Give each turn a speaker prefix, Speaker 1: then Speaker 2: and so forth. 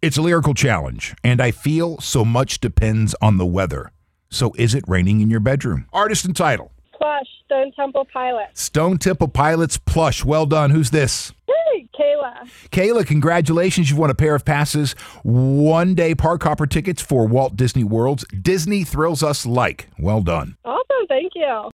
Speaker 1: It's a lyrical challenge, and I feel so much depends on the weather. So is it raining in your bedroom? Artist and title
Speaker 2: Plush, Stone Temple Pilots.
Speaker 1: Stone Temple Pilots Plush. Well done. Who's this?
Speaker 2: Hey, Kayla.
Speaker 1: Kayla, congratulations. You've won a pair of passes, one day park hopper tickets for Walt Disney World's Disney Thrills Us Like. Well done.
Speaker 2: Awesome. Thank you.